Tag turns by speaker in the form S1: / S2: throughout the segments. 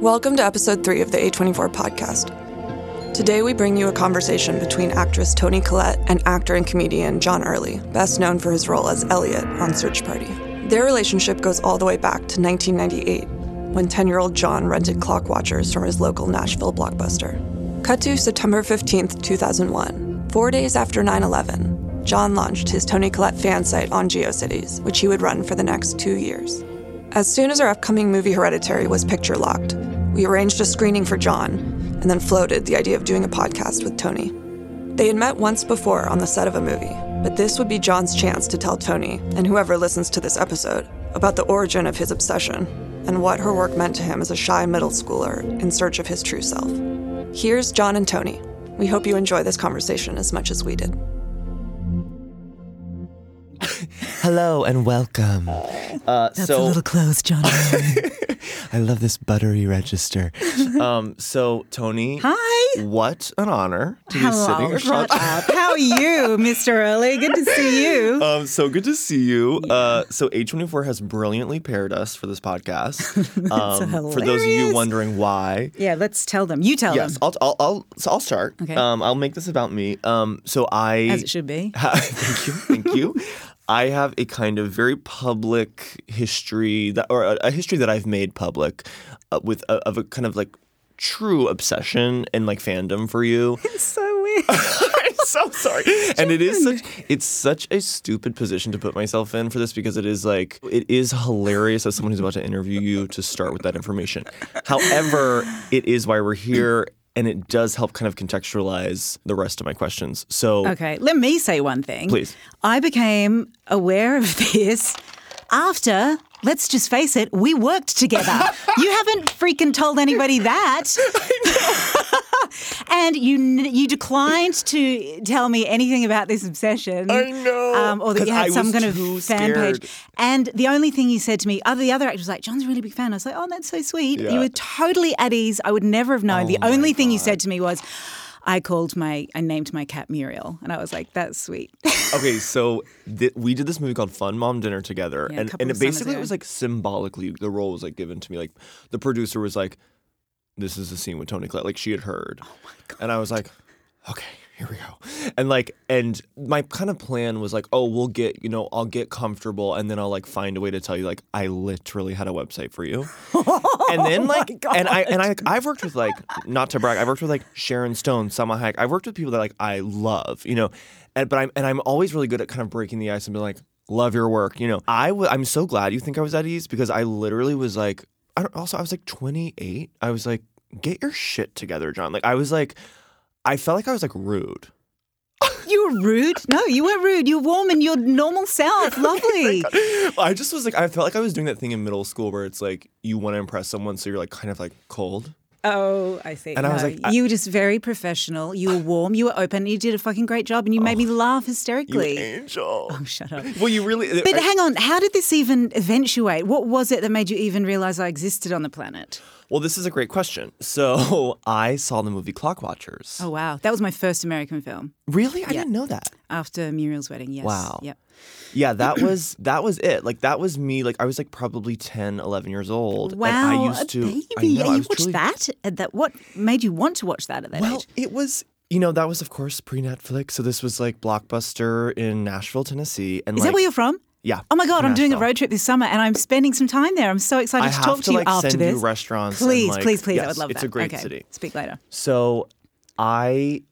S1: Welcome to episode three of the A24 podcast. Today, we bring you a conversation between actress Toni Collette and actor and comedian John Early, best known for his role as Elliot on Search Party. Their relationship goes all the way back to 1998, when 10 year old John rented clock watchers from his local Nashville blockbuster. Cut to September 15, 2001, four days after 9 11, John launched his Toni Collette fan site on GeoCities, which he would run for the next two years. As soon as our upcoming movie Hereditary was picture locked, we arranged a screening for John and then floated the idea of doing a podcast with Tony. They had met once before on the set of a movie, but this would be John's chance to tell Tony, and whoever listens to this episode, about the origin of his obsession and what her work meant to him as a shy middle schooler in search of his true self. Here's John and Tony. We hope you enjoy this conversation as much as we did.
S2: Hello and welcome. Uh,
S3: That's
S2: so
S3: a little close, John.
S2: I love this buttery register. um, so Tony,
S3: Hi.
S2: what an honor to
S3: Hello.
S2: be sitting.
S3: Shut up. How are you, Mr. Early? Good to see you.
S2: Um, so good to see you. Uh, so A24 has brilliantly paired us for this podcast. Um, for those of you
S3: hilarious.
S2: wondering why,
S3: yeah, let's tell them. You tell
S2: yes,
S3: them.
S2: I'll, I'll, I'll, so I'll start.
S3: Okay.
S2: Um, I'll make this about me. Um, so I
S3: As it should be.
S2: Ha- thank you, thank you. I have a kind of very public history that, or a, a history that I've made public, uh, with a, of a kind of like true obsession and like fandom for you.
S3: It's so weird.
S2: I'm so sorry. And it is such it's such a stupid position to put myself in for this because it is like it is hilarious as someone who's about to interview you to start with that information. However, it is why we're here and it does help kind of contextualize the rest of my questions. So
S3: okay, let me say one thing.
S2: Please.
S3: I became aware of this after, let's just face it, we worked together. you haven't freaking told anybody that. and you n- you declined to tell me anything about this obsession.
S2: I know,
S3: Um, or that
S2: 'cause
S3: you had
S2: I
S3: some
S2: was
S3: kind of
S2: too
S3: fan
S2: scared.
S3: page. And the only thing you said to me, other the other actor was like, John's a really big fan. I was like, oh, that's so sweet.
S2: Yeah. Oh
S3: You were totally at ease. I would never have known. the only thing you said to me was, I called my, I named my cat Muriel. And I was like, that's sweet.
S2: Okay, so th- we did this movie called Fun Mom Dinner together,
S3: Yeah, a
S2: and,
S3: couple
S2: and
S3: of
S2: it
S3: summers
S2: basically it
S3: ago.
S2: was like symbolically the role was like given to me. Like the producer was like, "This is the scene with Tony Collette." Like she had heard,
S3: Oh
S2: and I was like, "Okay." Here we go. And like and my kind of plan was like, oh, we'll get, you know, I'll get comfortable and then I'll like find a way to tell you like I literally had a website for you. and
S3: Oh
S2: then like and I and I like, I've worked with like not to brag, I've worked with like Sharon Stone, Selma Hayek. I've worked with people that like I love, you know, and but I'm and I'm always really good at kind of breaking the ice and being like, love your work, you know. I w- I'm so glad you think I was at ease because I literally was like, I don't, also I was like 28. I was like, get your shit together, John. Like I was like, I felt like I was like rude.
S3: You were rude. No, you weren't rude. You're warm and your normal
S2: Oh
S3: self. Lovely.
S2: I just was like, I felt like I was doing that thing in middle school where it's like you want to impress someone, so you're like kind of like cold.
S3: oh, I see.
S2: And I was like, I-
S3: you were just very professional. You were warm. You were open. You did a fucking great job, and you made me laugh
S2: Oh. You
S3: hysterically.
S2: angel.
S3: Oh, shut up.
S2: well, you really.
S3: But
S2: I-
S3: hang on, how did this even eventuate? What was it that made you even realize I existed on the planet?
S2: Well, this is a great question. So I saw the movie Clock Watchers.
S3: Oh wow, that was my first American film
S2: really? I didn't know that.
S3: after Muriel's wedding. Yes.
S2: Wow.
S3: Yep.
S2: Yeah, that was that was it. Like that was me. Like I was like probably 10, 11 years old.
S3: Wow,
S2: And I used
S3: a
S2: to
S3: baby.
S2: I know,
S3: And
S2: I
S3: you
S2: was
S3: watched
S2: truly-
S3: that? At that? What made you want to watch that at that
S2: Well,
S3: age?
S2: it was you know, that was of course pre Netflix. So this was like Blockbuster in Nashville, Tennessee. And
S3: Is
S2: like
S3: that where you're from?
S2: Yeah.
S3: Oh my God, I'm doing a
S2: Nashville.
S3: road trip this summer and I'm spending some time there. I'm so excited
S2: I
S3: to
S2: have
S3: talk
S2: to,
S3: to you
S2: like,
S3: after
S2: send you
S3: this.
S2: restaurants and,
S3: Please,
S2: like-
S3: please, please. I
S2: Yes,
S3: would love
S2: it's
S3: that.
S2: a great
S3: okay.
S2: city.
S3: Speak later.
S2: So I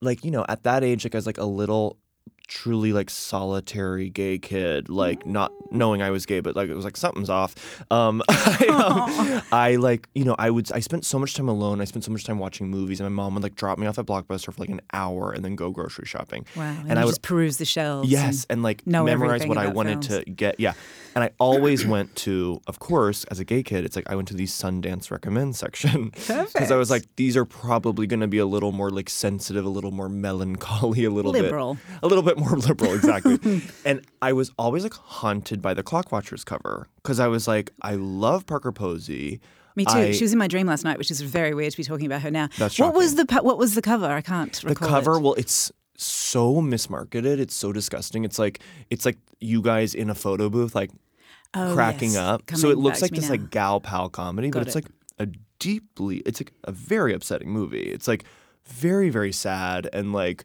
S2: like, you know, at that age, like I was like a little truly like solitary gay kid, like not knowing I was gay, but like it was like something's off. Um I, um, I, like, you know, I would I spent so much time alone. I spent so much time watching movies and my mom would like drop me off at Blockbuster for like an hour and then go grocery shopping.
S3: Wow. And,
S2: and
S3: you
S2: I would
S3: just peruse the shelves.
S2: Yes, and like
S3: know
S2: memorize
S3: everything
S2: what I
S3: about
S2: wanted to get. Yeah, and I always went to, of course, as a gay kid, it's like I went to the Sundance recommend section because I was like, these are probably going to be a little more like sensitive, a little more melancholy, a little
S3: Liberal.
S2: bit, a little bit more liberal, exactly. and I was always like haunted by the Clock Watchers cover because I was like, I love Parker Posey.
S3: Me too.
S2: I-
S3: she was in my dream last night, which is very weird to be talking about her now.
S2: That's
S3: what was the pa- what was the cover? I can't
S2: the
S3: recall.
S2: cover
S3: It.
S2: well it's so mismarketed it's so disgusting it's like it's like you guys in a photo booth like cracking
S3: Oh, yes.
S2: up so
S3: Coming
S2: it looks
S3: back
S2: like
S3: to me
S2: this
S3: now.
S2: like gal pal comedy but
S3: Got
S2: it's
S3: it.
S2: like a deeply it's like a very upsetting movie. It's like very very sad and like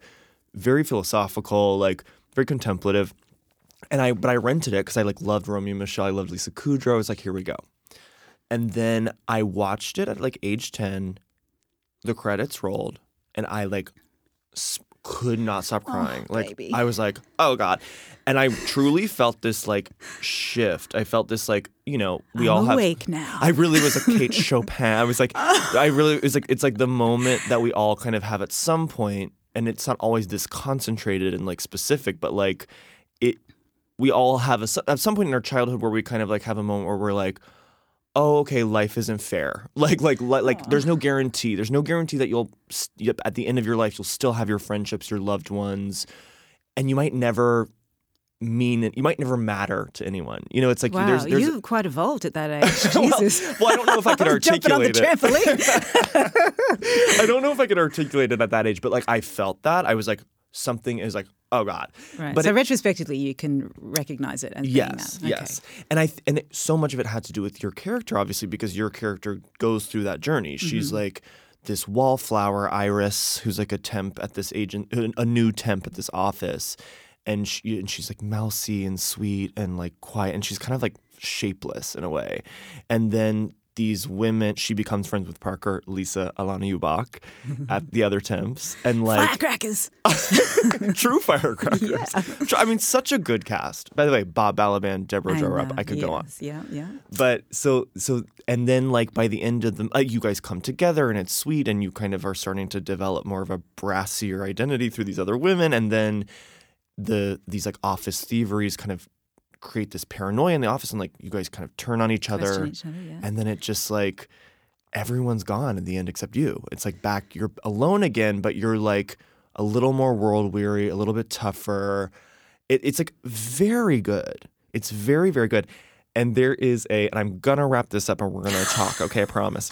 S2: very philosophical, like very contemplative. And I but I rented it cuz I like loved Romeo and Michelle, I loved Lisa Kudrow. I was like here we go. And then I watched it at like age 10. The credits rolled and I like s- could not stop crying. like
S3: Oh, baby.
S2: I was like, "Oh god." And I truly felt this like shift. I felt this like, you know, we
S3: I'm
S2: all have
S3: awake now.
S2: I really was like Kate Chopin. I was like I really it's like it's like the moment that we all kind of have at some point and it's not always this concentrated and like specific, but like it we all have a at some point in our childhood where we kind of like have a moment where we're like oh okay life isn't fair like like li- like there's no guarantee there's no guarantee that you'll s- yep, at the end of your life you'll still have your friendships your loved ones and you might never mean it you might never matter to anyone you know it's like
S3: Wow,
S2: there's there's
S3: you've quite evolved at that age. Jesus.
S2: well, I don't know if I could
S3: was jumping on the
S2: articulate it.
S3: trampoline.
S2: I don't know if I could articulate it at that age, but like I felt that. I was like, something is like, oh God.
S3: right.
S2: But
S3: so
S2: it-
S3: retrospectively, you can recognize it and think
S2: Yes,
S3: that. Okay.
S2: yes, and I th- and it, so much of it had to do with your character, obviously, because your character goes through that journey. She's like this wallflower, Iris, who's like a temp at this agent, a new temp at this office, and she and she's like mousy and sweet and like quiet, and she's kind of like shapeless in a way, and then. These women, she becomes friends with Parker, Lisa, Alana Ubach, at the other temps, and like
S3: Firecrackers.
S2: true firecrackers. Tr- I mean, such a good cast. By the way, Bob Balaban, Deborah
S3: I
S2: Jo Rupp.
S3: know,
S2: I could go on,
S3: uh, yes, Yeah, yeah.
S2: but so so, and then like by the end of the, uh, you guys come together and it's sweet, and you kind of are starting to develop more of a brassier identity through these other women, and then the these like office thieveries kind of create this paranoia in the office, and like you guys kind of turn on each other,
S3: Question each other, yeah.
S2: and then it just like everyone's gone in the end except you. It's like back you're alone again, but you're like a little more world weary, a little bit tougher. It, it's like very good. It's very very good. And there is a, and I'm gonna wrap this up, and we're gonna talk. Okay, I promise.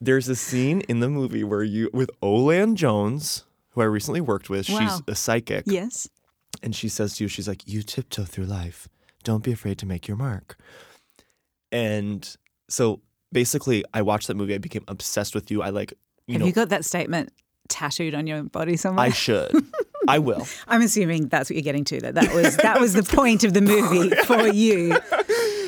S2: There's a scene in the movie where you with Olan Jones, who I recently worked with. She's
S3: Wow.
S2: a psychic.
S3: Yes.
S2: And she says to you, she's like, You tiptoe through life. Don't be afraid to make your mark. And so basically, I watched that movie. I became obsessed with you. I like, you
S3: Have
S2: know,
S3: you got that statement tattooed on your body somewhere?
S2: I should. I will.
S3: I'm assuming that's what you're getting to. That that was that was the point of the movie for you.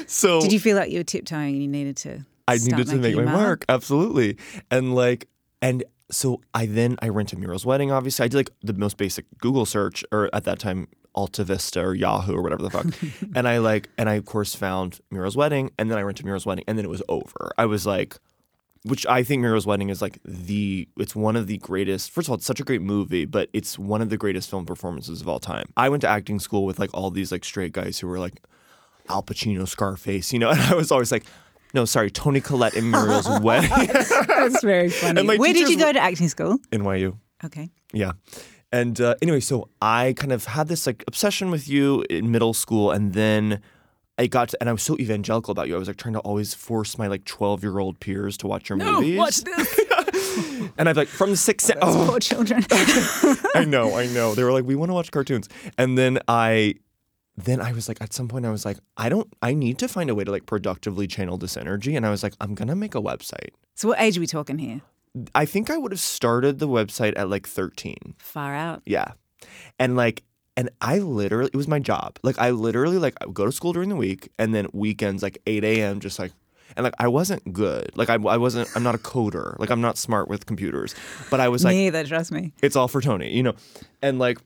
S2: So
S3: Did you feel like you were tiptoeing and you needed to?
S2: I
S3: start
S2: needed to make
S3: making
S2: my
S3: your
S2: mark. Absolutely. And like, and so I then I rented Muriel's Wedding, obviously. I did like the most basic Google search, or at that time, AltaVista or Yahoo or whatever the fuck. and I like, and I of course found Muriel's Wedding, and then I rented Muriel's Wedding, and then it was over. I was like, which I think Muriel's Wedding is like the it's one of the greatest. First of all, it's such a great movie, but it's one of the greatest film performances of all time. I went to acting school with like all these like straight guys who were like Al Pacino, Scarface, you know, and I was always like, no, sorry, Tony Collette in Muriel's Wedding,
S3: That's very funny.
S2: And my
S3: Where did
S2: teachers
S3: you go to acting school?
S2: NYU.
S3: Okay.
S2: Yeah. And uh, anyway, so I kind of had this like obsession with you in middle school, and then I got to, and I was so evangelical about you. I was like trying to always force my like twelve year old peers to watch your movies.
S3: Oh, this.
S2: And I've like from the sixth. se- oh,
S3: Poor children.
S2: I know, I know. They were like, we want to watch cartoons. And then I then I was like, at some point I was like, I don't I need to find a way to like productively channel this energy. And I was like, I'm gonna make a website.
S3: so what age are we talking here?
S2: I think I would have started the website at like 13.
S3: Far out.
S2: Yeah. And like and I literally it was my job. Like I literally like I would go to school during the week and then weekends like 8 a.m. just like and like I wasn't good. Like I, I wasn't I'm not a coder. Like I'm not smart with computers. But I was like
S3: Neither, trust me.
S2: it's all for Tony, you know. And like,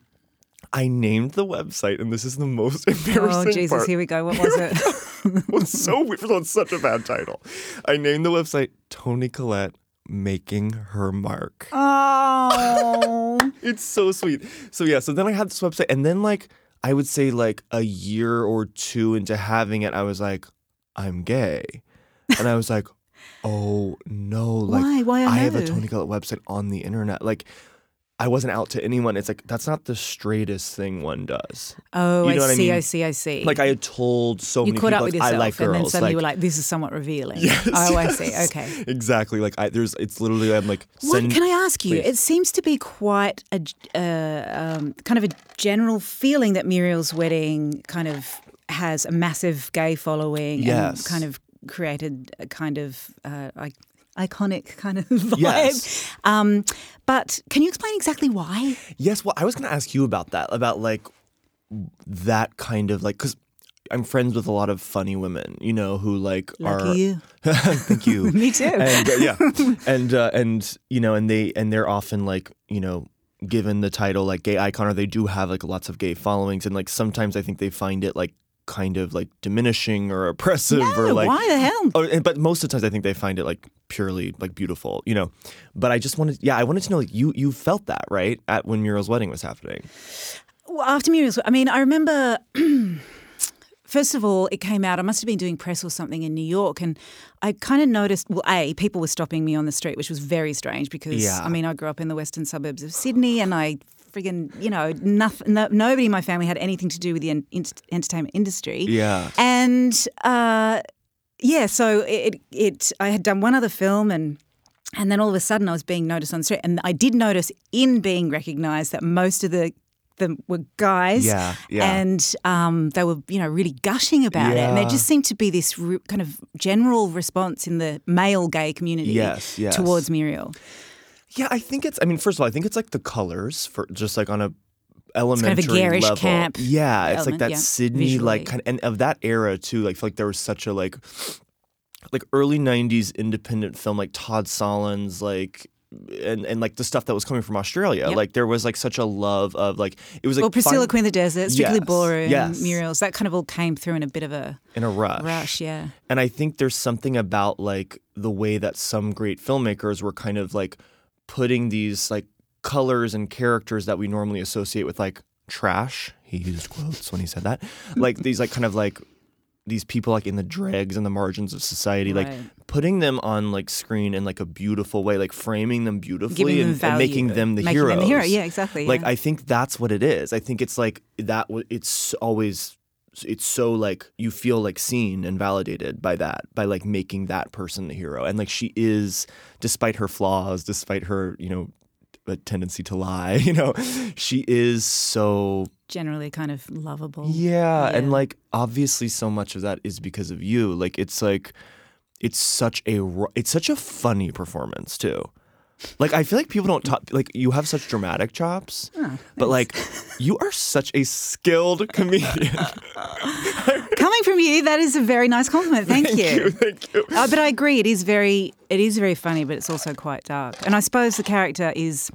S2: I named the website, and this is the most embarrassing
S3: Oh Jesus,
S2: part.
S3: here we go. What was it?
S2: It was so weird. It was such a bad title. I named the website Tony Collette making her mark.
S3: oh.
S2: It's so sweet. So yeah, so then I had this website, and then like I would say like a year or two into having it, I was like, I'm gay, and I was like, oh no, like
S3: Why? Why
S2: I have a
S3: no?
S2: Tony Collette website on the internet, like. I wasn't out to anyone. It's like that's not the straightest thing one does.
S3: Oh,
S2: You know
S3: I
S2: what I
S3: see, I
S2: mean?
S3: see, I see.
S2: Like I had told so
S3: you
S2: many
S3: caught
S2: people
S3: up with
S2: like,
S3: yourself
S2: I like
S3: and
S2: girls.
S3: then suddenly
S2: like,
S3: you were like, this is somewhat revealing.
S2: Yes,
S3: oh, I
S2: yes.
S3: see. Okay.
S2: exactly. Like I there's it's literally I'm like
S3: What
S2: send-
S3: can I ask you?
S2: please.
S3: It seems to be quite a g- uh, um, kind of a general feeling that Muriel's Wedding kind of has a massive gay following
S2: Yes.
S3: and kind of created a kind of uh, like. iconic kind of vibe.
S2: Yes.
S3: Um, but can you explain exactly why?
S2: Yes, well, I was going to ask you about that, about like that kind of like, because I'm friends with a lot of funny women, you know, who like
S3: Lucky
S2: are.
S3: you.
S2: Thank you.
S3: Me too.
S2: And uh, yeah, and uh, and you know, and they and they're often like you know, given the title like gay icon, or they do have like lots of gay followings, and like sometimes I think they find it like kind of like diminishing or oppressive or
S3: No,
S2: like
S3: why the hell?
S2: Oh, and- but most of the times I think they find it like purely like beautiful, you know. But I just wanted, yeah, I wanted to know like you you felt that right at when Muriel's wedding was happening.
S3: Well, after Muriel's, I mean, I remember. First of all, it came out. I must have been doing press or something in New York, and I kind of noticed. Well, a people were stopping me on the street, which was very strange because
S2: Yeah.
S3: I mean, I grew up in the western suburbs of Sydney, and I friggin' you know, noth- no, nobody in my family had anything to do with the en- ent- entertainment industry.
S2: Yeah.
S3: and uh, yeah, so it, it it I had done one other film and. And then all of a sudden, I was being noticed on the street, and I did notice in being recognised that most of the them were guys,
S2: Yeah, yeah.
S3: and um, they were you know really gushing about it, and there
S2: Yeah.
S3: just seemed to be this re- kind of general response in the male gay community
S2: Yes, yes.
S3: towards Muriel.
S2: Yeah, I think it's. I mean, first of all, I think it's like the colors for just like on a elementary
S3: garish
S2: level.
S3: camp
S2: Yeah, it's
S3: element,
S2: like that
S3: yeah,
S2: Sydney
S3: visually.
S2: like kind and of that era too. Like, I feel like there was such a like like early '90s independent film like Todd Solondz like. And, and like the stuff that was coming from Australia,
S3: Yep.
S2: like there was like such a love of like it was like
S3: well, Priscilla
S2: fin-
S3: Queen of the Desert, Strictly
S2: Yes,
S3: Ballroom,
S2: yes.
S3: Muriel's, that kind of all came through in a bit of a
S2: in a
S3: rush, yeah.
S2: And I think there's something about like the way that some great filmmakers were kind of like putting these like colors and characters that we normally associate with like trash. He used quotes when he said that. Like these like kind of like these people like in the dregs and the margins of society,
S3: Right.
S2: like putting them on like screen in like a beautiful way, like framing them beautifully
S3: Giving them
S2: and, and making
S3: value,
S2: them the
S3: making them
S2: heroes.
S3: the hero. Yeah, exactly,
S2: Like
S3: yeah.
S2: I think that's what it is. I think it's like that. w- It's always it's so like you feel like seen and validated by that by like making that person the hero and like she is despite her flaws despite her you know a tendency to lie you know she is so
S3: Generally, kind of lovable.
S2: yeah, and
S3: Yeah.
S2: like obviously so much of that is because of you. Like it's like it's such a ru- it's such a funny performance too. Like I feel like people don't talk like you have such dramatic chops, but like you are such a skilled comedian.
S3: Coming from you, that is a very nice compliment. Thank, you.
S2: Thank you.
S3: Uh, but I agree. It is very, it is very funny, but it's also quite dark. And I suppose the character is,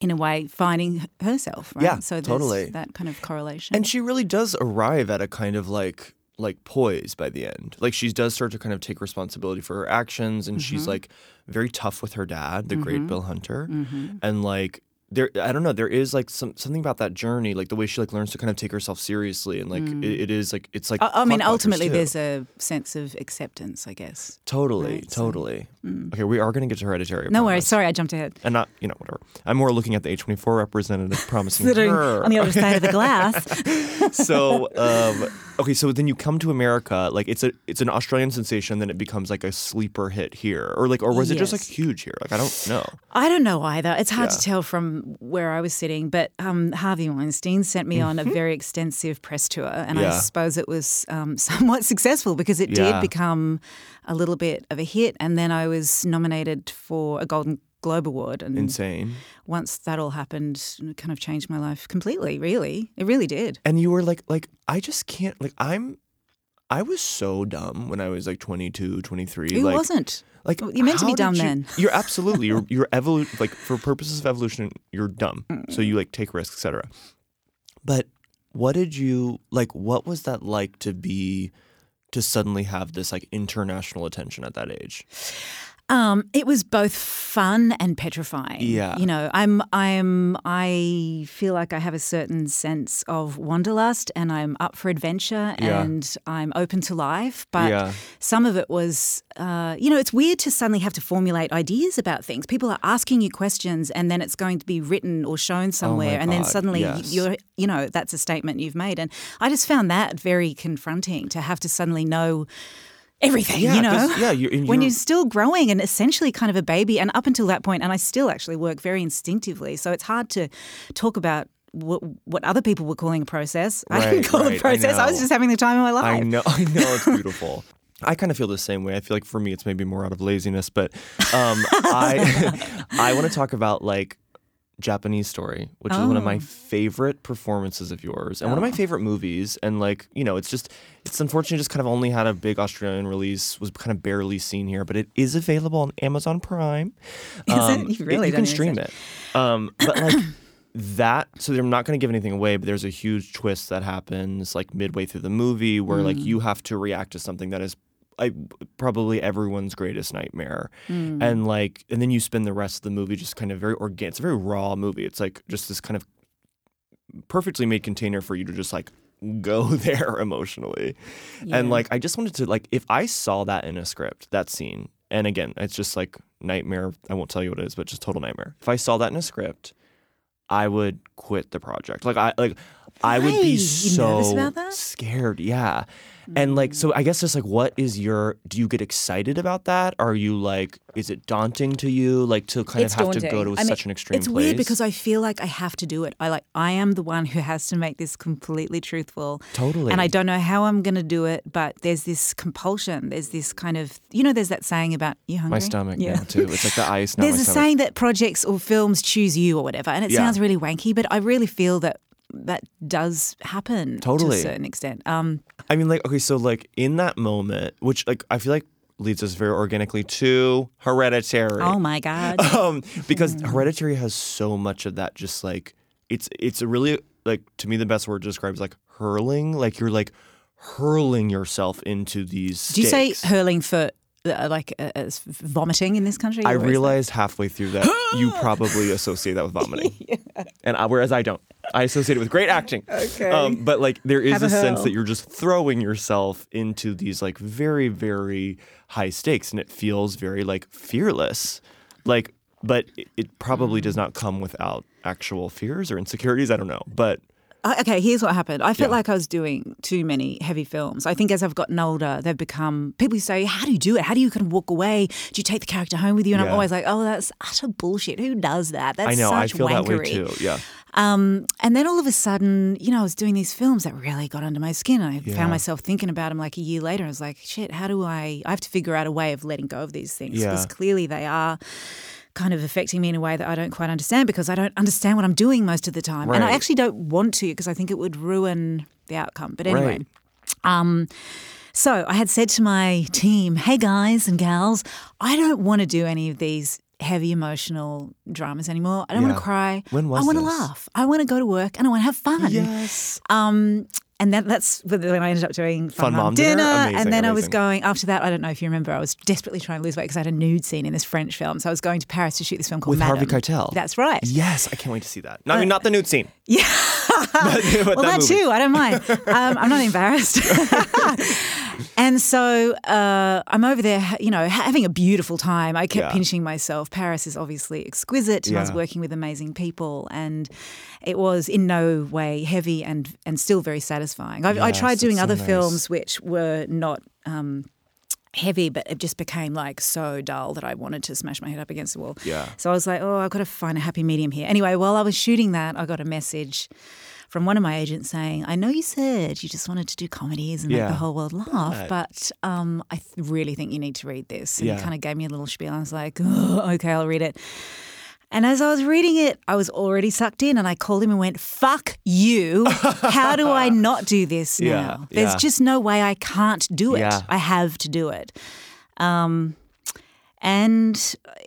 S3: in a way, finding herself. Right?
S2: Yeah,
S3: so there's
S2: totally.
S3: That kind of correlation.
S2: And she really does arrive at a kind of like like poise by the end. Like she does start to kind of take responsibility for her actions and she's
S3: Mm-hmm.
S2: like very tough with her dad, the great Bill Hunter.
S3: Mm-hmm.
S2: And like there I don't know, there is like some something about that journey, like the way she like learns to kind of take herself seriously and like it, it is like it's like
S3: Mm. Uh, I, I mean,
S2: clockwise
S3: ultimately,
S2: too.
S3: there's a sense of acceptance, I guess.
S2: totally,
S3: right, so- mm.
S2: totally. Okay, we are gonna get to hereditary. I
S3: No
S2: promise.
S3: worries. Sorry, I jumped ahead.
S2: And not you know, whatever. I'm more looking at the H twenty four representative promising
S3: Glittering
S2: her.
S3: on the other side of the glass.
S2: so um, okay so then you come to america like it's a it's an australian sensation then it becomes like a sleeper hit here or like or was it just like
S3: Yes.
S2: huge here like i don't know
S3: I don't know either. It's hard to tell from where I was sitting, but um, Harvey Weinstein sent me on a very extensive press tour, and I
S2: Mm-hmm. Yeah.
S3: suppose it was um, somewhat successful because it did
S2: Yeah.
S3: become a little bit of a hit. And then I was nominated for a Golden Globe Award, and
S2: insane
S3: once that all happened, it kind of changed my life completely. Really, it really did.
S2: and you were like like i just can't like i'm i was so dumb when i was like 22 23
S3: Who
S2: like
S3: wasn't?
S2: like
S3: Well, you're meant to be
S2: how did
S3: dumb
S2: you-
S3: then.
S2: you're absolutely you're, you're evolu- like for purposes of evolution you're dumb so you like take risks etc but what did you like what was that like to be to suddenly have this like international attention at that age
S3: Um, it was both fun and petrifying.
S2: Yeah.
S3: you know, I'm, I'm, I feel like I have a certain sense of wanderlust, and I'm up for adventure,
S2: Yeah.
S3: and I'm open to life. But
S2: Yeah.
S3: some of it was, uh, you know, it's weird to suddenly have to formulate ideas about things. People are asking you questions, and then it's going to be written or shown somewhere, and then
S2: Oh God,
S3: suddenly y-
S2: yes.
S3: you're, you know, that's a statement you've made, and I just found that very confronting to have to suddenly know. Everything,
S2: Yeah,
S3: you know.
S2: 'cause- yeah, you're- and
S3: when
S2: you're-
S3: you still growing and essentially kind of a baby. And up until that point, and I still actually work very instinctively. So it's hard to talk about what, what other people were calling a process. I didn't
S2: Right,
S3: call it a
S2: right, I
S3: process. I, was
S2: know.
S3: just having the time of my
S2: I
S3: life.
S2: know, I know, it's beautiful. I kind of feel the same way. I feel like for me, it's maybe more out of laziness, but um, I I want to talk about like Japanese Story, which is one of my favorite performances of yours and one of my favorite movies. And like you know, it's just it's unfortunately just kind of only had a big Australian release, was kind of barely seen here, but it is available on Amazon Prime.
S3: Is it? You've really
S2: Um, you
S3: done
S2: can stream it. Um, but like that, so I'm not going to give anything away, but there's a huge twist that happens like midway through the movie where like
S3: Mm.
S2: you have to react to something that is I, probably everyone's greatest nightmare,
S3: Mm.
S2: and like, and then you spend the rest of the movie just kind of very organic. It's a very raw movie. It's like just this kind of perfectly made container for you to just like go there emotionally. And like I just wanted to like if I saw that in a script, that scene, and again, it's just like nightmare. I won't tell you what it is, but just total nightmare. If I saw that in a script, I would quit the project. Like I like I would
S3: Why?
S2: be
S3: You
S2: so
S3: nervous about that?
S2: scared. Yeah. And like so I guess just like what is your do you get excited about that? Are you like is it daunting to you like to kind
S4: It's
S2: of have to
S4: daunting.
S2: go to
S4: I mean,
S2: such an extreme
S3: it's
S2: place?
S3: weird because I feel like I have to do it. I like I am the one who has to make this completely truthful.
S2: Totally.
S3: And I don't know how I'm going to do it, but there's this compulsion. There's this kind of you know. There's that saying about you hungry.
S2: my stomach now too. It's like the ice now.
S3: There's
S2: my
S3: a
S2: stomach.
S3: saying that projects or films choose you or whatever, and it
S2: Yeah.
S3: sounds really wanky, but I really feel that that does happen
S2: Totally.
S3: to a certain extent. Um,
S2: I mean, like, okay, so like in that moment, which like I feel like leads us very organically to Hereditary.
S3: Oh my god!
S2: Um, because Hereditary has so much of that. Just like it's it's a really like to me the best word to describe is like hurling. Like you're like hurling yourself into these.
S3: Do you say
S2: stakes.
S3: hurling for uh, like uh, uh, vomiting in this country?
S2: I
S3: Or is that-
S2: realized halfway through that you probably associate that with vomiting, and I, whereas I don't, I associate it with great acting. Okay, um, but like there is
S3: Have
S2: a,
S3: a
S2: sense
S3: hurl.
S2: that you're just throwing yourself into these like very very high stakes, and it feels very like fearless, like. But it- it probably
S3: Mm.
S2: does not come without actual fears or insecurities. I don't know, but
S3: Uh, okay, here's what happened. I felt
S2: Yeah.
S3: like I was doing too many heavy films. I think as I've gotten older, they've become people say, "How do you do it? How do you kind of walk away? Do you take the character home with you?" And
S2: Yeah.
S3: I'm always like, "Oh, that's utter bullshit. Who does that? That's
S2: I know I
S3: such
S2: feel
S3: wankery."
S2: that way too. Yeah,
S3: Um, and then all of a sudden, you know, I was doing these films that really got under my skin. And I
S2: Yeah.
S3: found myself thinking about them like a year later. I was like, shit, how do I? I have to figure out a way of letting go of these things
S2: Yeah.
S3: because clearly they are kind of affecting me in a way that I don't quite understand because I don't understand what I'm doing most of the time. And I
S2: Right.
S3: actually don't want to because I think it would ruin the outcome. But anyway.
S2: Right.
S3: Um, so I had said to my team, hey guys and gals, I don't want to do any of these heavy emotional dramas anymore. I don't want
S2: Yeah.
S3: to cry.
S2: When was
S3: I want to
S2: this?
S3: laugh. I want to go to work and I want to have fun.
S2: Yes.
S3: Um, and that, that's when I ended up doing
S2: Fun
S3: Fun,
S2: Mom Dinner? Amazing,
S3: and then I was
S2: amazing.
S3: going, after that, I don't know if you remember, I was desperately trying to lose weight because I had a nude scene in this French film. So I was going to Paris to shoot this film called
S2: with Harvey
S3: Madame.
S2: Keitel.
S3: That's right.
S2: Yes, I can't wait to see that. No, I mean, not the nude scene.
S3: Yeah.
S2: but, but
S3: Uh, well, that,
S2: movie.
S3: too. I don't mind. Um, I'm not embarrassed. and so uh, I'm over there, ha- you know, ha- having a beautiful time. I kept
S2: Yeah.
S3: pinching myself. Paris is obviously exquisite, and I was
S2: Yeah.
S3: working with amazing people, and it was in no way heavy and and still very satisfying. I, I
S2: Yes,
S3: tried doing
S2: that's so
S3: other
S2: nice.
S3: films which were not. Um, heavy, but it just became like so dull that I wanted to smash my head up against the wall.
S2: Yeah.
S3: So I was like, oh, I've got to find a happy medium here. Anyway, while I was shooting that, I got a message from one of my agents saying, I know you said you just wanted to do comedies and make
S2: Yeah.
S3: the whole world laugh, but um, I th- really think you need to read this. And
S2: Yeah.
S3: he kind of gave me a little spiel. I was like, "Ugh, okay, I'll read it. And as I was reading it, I was already sucked in and I called him and went, fuck you. How do I not do this now?
S2: Yeah,
S3: There's
S2: yeah.
S3: just no way I can't do it.
S2: Yeah.
S3: I have to do it. Um, and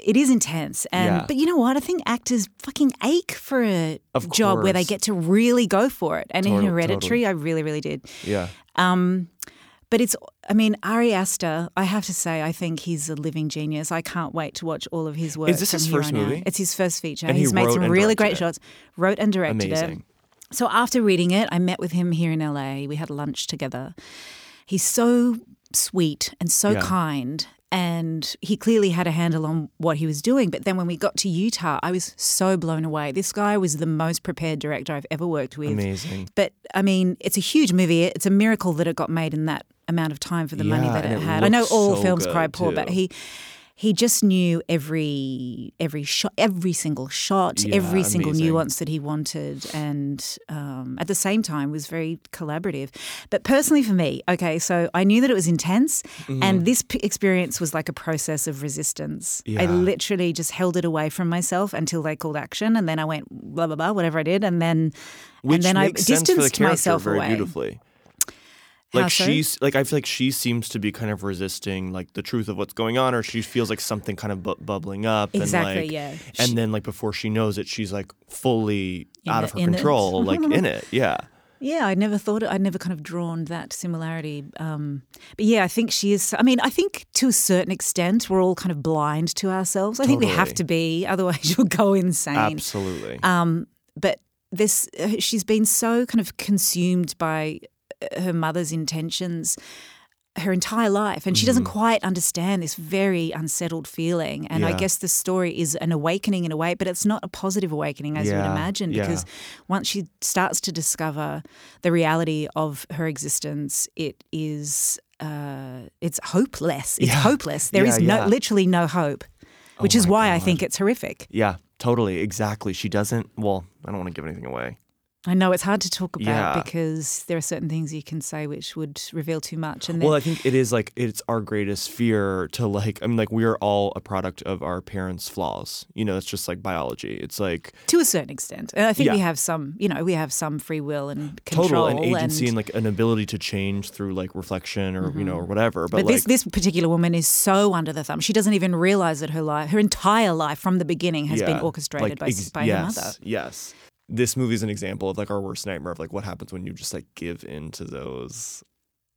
S3: it is intense. And
S2: Yeah.
S3: but you know what? I think actors fucking ache for a
S2: Of
S3: job where they
S2: course.
S3: get to really go for it. And
S2: Total-
S3: in Hereditary, I really, really did.
S2: Yeah.
S3: Um, but it's, I mean, Ari Aster. I have to say, I think he's a living genius. I can't wait to watch all of his work.
S2: Is this
S3: from
S2: his
S3: here
S2: first
S3: on out.
S2: movie?
S3: It's his first feature.
S2: And he
S3: he's made
S2: wrote
S3: some
S2: and
S3: really
S2: directed
S3: great
S2: it.
S3: shots. Wrote and directed it.
S2: Amazing.
S3: So after reading it, I met with him here in LA. We had lunch together. He's so sweet and so
S2: Yeah.
S3: kind. And he clearly had a handle on what he was doing. But then when we got to Utah, I was so blown away. This guy was the most prepared director I've ever worked with.
S2: Amazing.
S3: But I mean, it's a huge movie. It's a miracle that it got made in that amount of time for the money
S2: Yeah,
S3: that
S2: and
S3: it,
S2: it
S3: had. I know
S2: looks
S3: all
S2: so
S3: films
S2: good,
S3: cry poor,
S2: too.
S3: but he he just knew every every shot, every single shot,
S2: Yeah,
S3: every single
S2: amazing.
S3: nuance that he wanted, and um, at the same time was very collaborative. But personally, for me, okay, so I knew that it was intense,
S2: Mm-hmm.
S3: and this p- experience was like a process of resistance. I
S2: Yeah.
S3: literally just held it away from myself until they called action, and then I went blah blah blah, whatever I did, and then
S2: Which
S3: and then I
S2: makes
S3: distanced
S2: sense for the character
S3: myself
S2: very
S3: away.
S2: beautifully.
S3: How
S2: Like
S3: so?
S2: she's like I feel like she seems to be kind of resisting like the truth of what's going on, or she feels like something kind of bu- bubbling up.
S3: Exactly,
S2: And, like,
S3: yeah.
S2: And then like before she knows it, she's like fully
S3: In
S2: out
S3: it-
S2: of her
S3: in it.
S2: control, like in it. Yeah.
S3: Yeah, I never thought I'd never kind of drawn that similarity. Um, but yeah, I think she is. I mean, I think to a certain extent, we're all kind of blind to ourselves. I think we have
S2: Totally.
S3: to be, otherwise you'll go insane.
S2: Absolutely.
S3: Um, but this, uh, she's been so kind of consumed by uh, her mother's intentions her entire life, and she doesn't
S2: Mm.
S3: quite understand this very unsettled feeling. And I
S2: Yeah.
S3: guess the story is an awakening in a way, but it's not a positive awakening, as you would
S2: Yeah,
S3: imagine, because once she starts to discover the reality of her existence, it is. Uh, it's hopeless. It's
S2: Yeah.
S3: hopeless. There
S2: Yeah,
S3: is no,
S2: yeah. Oh
S3: literally no hope, which is
S2: my
S3: why I
S2: God.
S3: think it's horrific.
S2: yeah, totally. Exactly. She doesn't well, I don't want to give anything away.
S3: I know it's hard to talk about
S2: Yeah.
S3: because there are certain things you can say which would reveal too much. And then,
S2: Well, I think it is like it's our greatest fear to like I mean like we are all a product of our parents' flaws. You know, it's just like biology. It's like
S3: to a certain extent, and I think we
S2: Yeah.
S3: have some, you know, we have some free will and control.
S2: total and agency and, like an ability to change through like reflection or you know or whatever. But,
S3: but
S2: like
S3: this this particular woman is so under the thumb. She doesn't even realize that her life, her entire life from the beginning, has been
S2: yeah,
S3: orchestrated
S2: like,
S3: by,
S2: ex-
S3: by
S2: yes,
S3: her mother.
S2: Yes. This movie is an example of like our worst nightmare of like what happens when you just like give in to those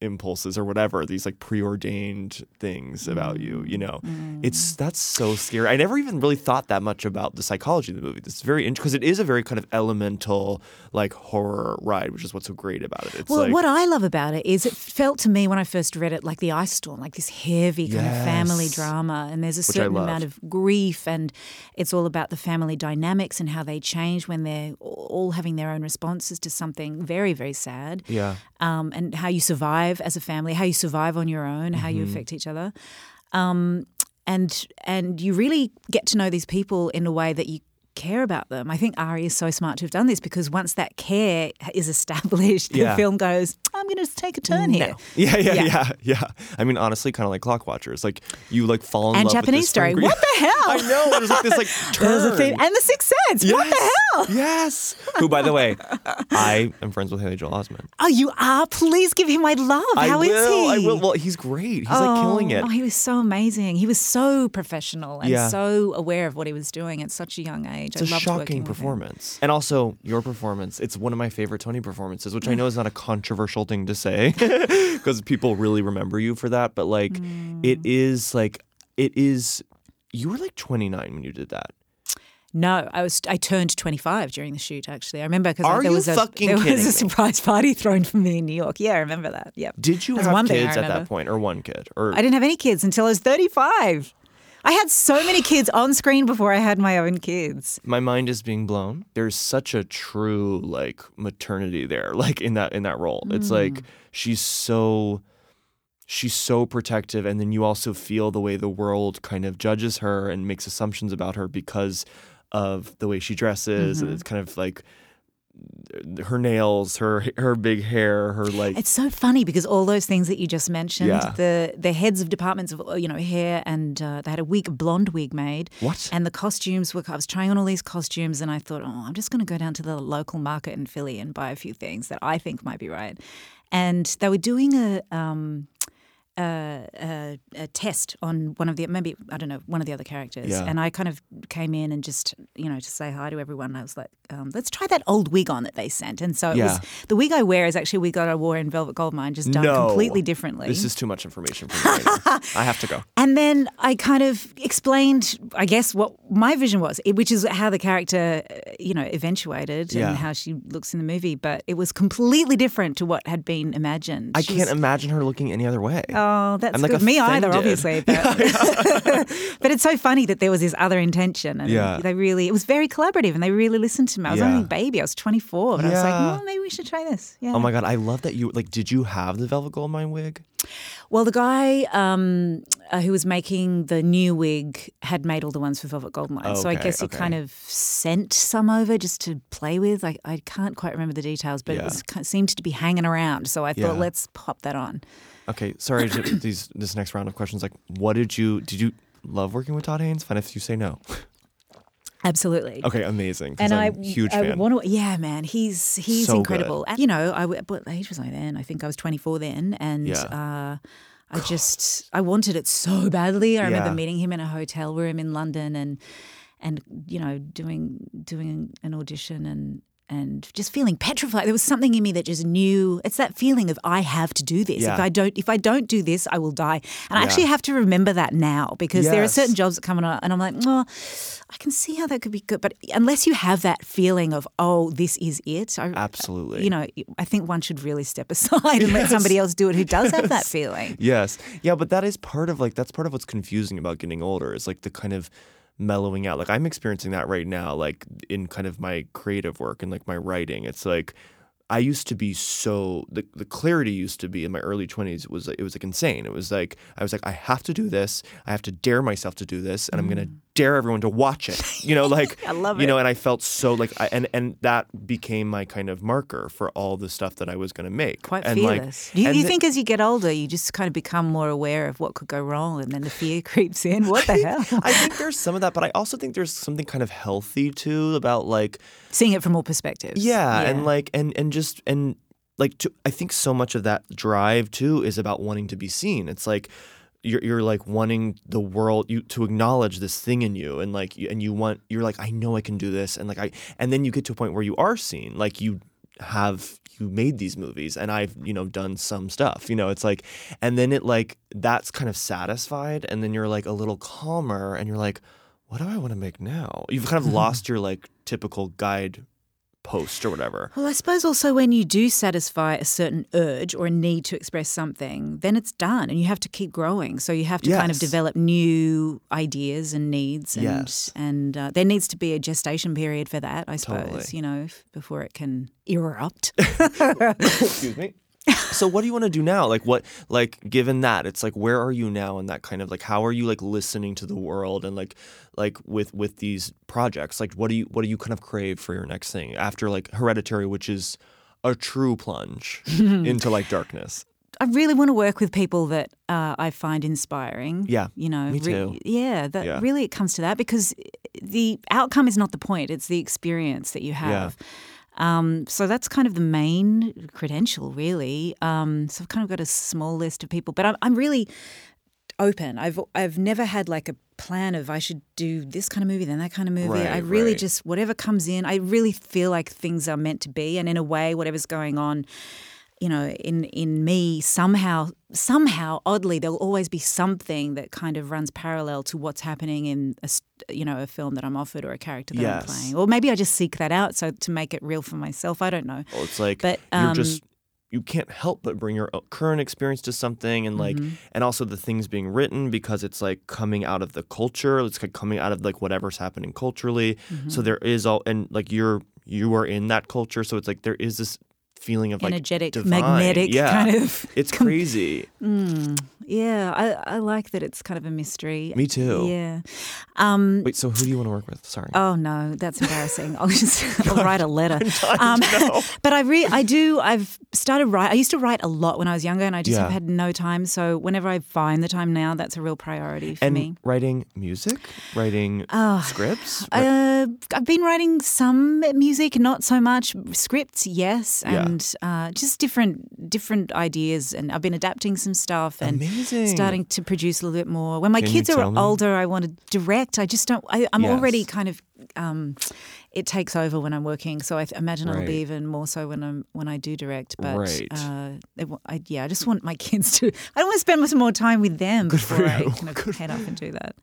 S2: impulses or whatever these like preordained things about you
S3: Mm.
S2: you know it's that's so scary i never even really thought that much about the psychology of the movie this is very interesting because it is a very kind of elemental like horror ride which is what's so great about it it's
S3: Well,
S2: like
S3: what I love about it is it felt to me when I first read it like the ice storm, like this heavy kind of family
S2: Yes.
S3: drama. And there's a
S2: I
S3: certain
S2: love.
S3: amount of grief, and it's all about the family dynamics and how they change when they're all having their own responses to something very, very sad.
S2: yeah
S3: Um, and how you survive as a family, how you survive on your own, how
S2: Mm-hmm.
S3: you affect each other. Um, and and you really get to know these people in a way that you care about them. I think Ari is so smart to have done this because once that care is established, the
S2: Yeah.
S3: film goes, I'm going to take a turn here.
S2: Yeah, yeah,
S3: Yeah.
S2: yeah, yeah, I mean, honestly, kind of like Clock Watchers. Like you like fall in
S3: And
S2: love
S3: Japanese
S2: with this
S3: story.
S2: film-
S3: What the
S2: I
S3: hell?
S2: know. There's like this like turn.
S3: There's a thing. And The Sixth Sense. What the hell?
S2: Yes. Who, by the way, I am friends with Haley Joel Osment.
S3: Oh, you are. Please give him my love.
S2: I
S3: How
S2: will.
S3: is he?
S2: I will. Well, he's great. He's like killing
S3: Oh,
S2: it.
S3: Oh, he was so amazing. He was so professional and
S2: Yeah.
S3: so aware of what he was doing at such a young age.
S2: It's a
S3: I loved
S2: shocking
S3: working with him.
S2: performance. And also your performance. It's one of my favorite Tony performances, which I
S3: Mm.
S2: know is not a controversial thing to say because people really remember you for that. But like,
S3: Mm.
S2: it is like, it is, you were like 29 when you did that.
S3: No, I was I turned 25 during the shoot actually. I remember because
S2: Are
S3: there
S2: you
S3: was a
S2: fucking
S3: there was
S2: kidding
S3: a
S2: me?
S3: surprise party thrown for me in New York. Yeah, I remember that. Yep.
S2: Did you
S3: That's
S2: have
S3: one thing I
S2: kids at
S3: remember.
S2: that point, or one kid, or
S3: I didn't have any kids until I was 35. I had so many kids on screen before I had my own kids.
S2: my mind is being blown? There's such a true like maternity there, like in that in that role. It's
S3: Mm.
S2: like she's so she's so protective, and then you also feel the way the world kind of judges her and makes assumptions about her because of the way she dresses,
S3: Mm-hmm.
S2: and it's kind of like her nails, her her big hair, her like
S3: It's so funny because all those things that you just mentioned,
S2: Yeah.
S3: the the heads of departments of you know hair and uh, they had a wig, a blonde wig made.
S2: What?
S3: And the costumes were. I was trying on all these costumes, and I thought, oh, I'm just going to go down to the local market in Philly and buy a few things that I think might be right. And they were doing a. Um, a, a, a test on one of the maybe I don't know one of the other characters,
S2: Yeah.
S3: and I kind of came in and just you know to say hi to everyone. I was like, um, let's try that old wig on that they sent, and so it was
S2: Yeah.
S3: the wig I wear is actually a wig that I wore in Velvet Goldmine, just done
S2: no
S3: completely differently.
S2: This is too much information for me. Right now. I have to go.
S3: and then I kind of explained, I guess, what my vision was, it- which is how the character, uh, you know, eventuated
S2: Yeah.
S3: and how she looks in the movie. But it was completely different to what had been imagined.
S2: I
S3: She
S2: can't
S3: was-
S2: imagine her looking any other way.
S3: oh, that's
S2: I'm, like,
S3: good. Me either,
S2: offended.
S3: obviously. But, but it's so funny that there was this other intention. And
S2: Yeah.
S3: they really, it was very collaborative and they really listened to me. I was
S2: Yeah.
S3: only a baby, I was 24, but I was
S2: Yeah.
S3: like, oh, maybe we should try this. Yeah.
S2: Oh my god, I love that you like. Did you have the Velvet Goldmine wig?
S3: Well, the guy um, uh, who was making the new wig had made all the ones for Velvet Goldmine, so I
S2: Okay,
S3: guess he
S2: okay.
S3: kind of sent some over just to play with. I, I can't quite remember the details, but
S2: Yeah.
S3: it was, ki- seemed to be hanging around. So I thought,
S2: Yeah.
S3: let's pop that on.
S2: Okay, sorry. to- these this next round of questions, like, what did you did you love working with Todd Haynes? Fine if you say no.
S3: Absolutely.
S2: Okay, amazing. 'cause
S3: And I
S2: I'm huge
S3: I
S2: fan.
S3: want to, yeah, man, he's he's
S2: So good.
S3: incredible. And, you know, I w- what age was I then? I think I was twenty four then, and
S2: Yeah.
S3: uh, I just I wanted it so badly. I remember
S2: Yeah.
S3: meeting him in a hotel room in London, and and you know doing doing an audition and. And just feeling petrified. There was something in me that just knew. It's that feeling of I have to do this. If
S2: Yeah.
S3: I don't, if I don't do this, I will die. And I actually have to remember that now because there are
S2: Yes.
S3: certain jobs that come on, and I'm like, oh, I can see how that could be good, but unless you have that feeling of, oh, this is it, I,
S2: Absolutely.
S3: you know, I think one should really step aside and let somebody else do it who does have that feeling.
S2: Yes. Yeah, but that is part of like that's part of what's confusing about getting older is like the kind of mellowing out. Like I'm experiencing that right now, like in kind of my creative work and like my writing. It's like I used to be so the, the clarity used to be in my early 20s was like, it was like insane. It was like I was like I have to do this. I have to dare myself to do this and I'm going to dare everyone to watch it. You know, like
S3: Mm. I love
S2: you
S3: it.
S2: know, and I felt so like I, and and that became my kind of marker for all the stuff that I was going to make.
S3: Quite
S2: and
S3: fearless.
S2: like
S3: Do you,
S2: and
S3: you
S2: thi-
S3: think as you get older, you just kind of become more aware of what could go wrong, and then the fear creeps in? What the hell?
S2: I think there's some of that, but I also think there's something kind of healthy too about like
S3: Seeing it from all perspectives.
S2: yeah, and like and and just and like to, I think so much of that drive too is about wanting to be seen. It's like you're you're like wanting the world you to acknowledge this thing in you and like you- and you want you're like I know I can do this and like I and then you get to a point where you are seen like you have you made these movies and I've you know done some stuff you know it's like and then it like that's kind of satisfied and then you're like a little calmer and you're like what do I want to make now you've kind of lost your like typical guide post or whatever.
S3: Well, I suppose also when you do satisfy a certain urge or a need to express something, then it's done and you have to keep growing. So you have to kind of
S2: Yes.
S3: develop new ideas and needs. And,
S2: Yes.
S3: and uh, there needs to be a gestation period for that, I suppose,
S2: Totally.
S3: you know, f- before it can erupt.
S2: Excuse me. so what do you want to do now? Like what like given that it's like where are you now in that kind of like how are you like listening to the world and like like with with these projects? Like what do you what do you kind of crave for your next thing after like Hereditary which is a true plunge into like darkness.
S3: I really want to work with people that uh, I find inspiring.
S2: Yeah,
S3: you know,
S2: me
S3: re-
S2: too.
S3: yeah, that
S2: Yeah.
S3: really it comes to that because eh, the outcome is not the point; it's the experience that you have. Um, so that's kind of the main credential, really. Um, so I've kind of got a small list of people, but I'm, I'm really open. I've I've never had like a plan of I should do this kind of movie, then that kind of movie. I
S2: Right,
S3: really
S2: right.
S3: just whatever comes in. I really feel like things are meant to be, and in a way, whatever's going on, you know, in in me somehow somehow oddly there'll always be something that kind of runs parallel to what's happening in a s- you know a film that I'm offered or a character that
S2: Yes.
S3: I'm playing, or maybe I just seek that out so to make it real for myself. I don't know.
S2: Well, it's like
S3: But,
S2: you're
S3: um,
S2: just you can't help but bring your o- current experience to something and like
S3: Mm-hmm.
S2: and also the things being written because it's like coming out of the culture it's like coming out of like whatever's happening culturally
S3: Mm-hmm.
S2: so there is all and like you're you are in that culture so it's like there is this feeling of like
S3: Energetic,
S2: divine.
S3: magnetic
S2: yeah.
S3: kind of.
S2: it's crazy
S3: Yeah, I, I like that it's kind of a mystery.
S2: me too
S3: Yeah. Um,
S2: wait so who do you want to work with sorry
S3: Oh no, that's embarrassing. I'll just I'll write a letter. Um, but I re- I do. I've started write. I used to write a lot when I was younger, and I just have
S2: Yeah.
S3: had no time. So whenever I find the time now, that's a real priority for
S2: and
S3: me. Ah,
S2: writing music writing scripts Wri-
S3: Uh, I've been writing some music, not so much scripts, yes,
S2: Yeah.
S3: and uh, just different different ideas. And I've been adapting some stuff and
S2: Amazing.
S3: starting to produce a little bit more. When my
S2: Hmm. Can you
S3: kids
S2: tell
S3: are
S2: me?
S3: older, I want to direct. I just don't. I, I'm
S2: Yes.
S3: already kind of. Um, it takes over when I'm working, so I th- imagine it'll
S2: Right.
S3: be even more so when I'm when I do direct. But
S2: Right.
S3: uh, it, wa- I, yeah, I just want my kids to. I don't want to spend much more time with them before I kind of head up and do that.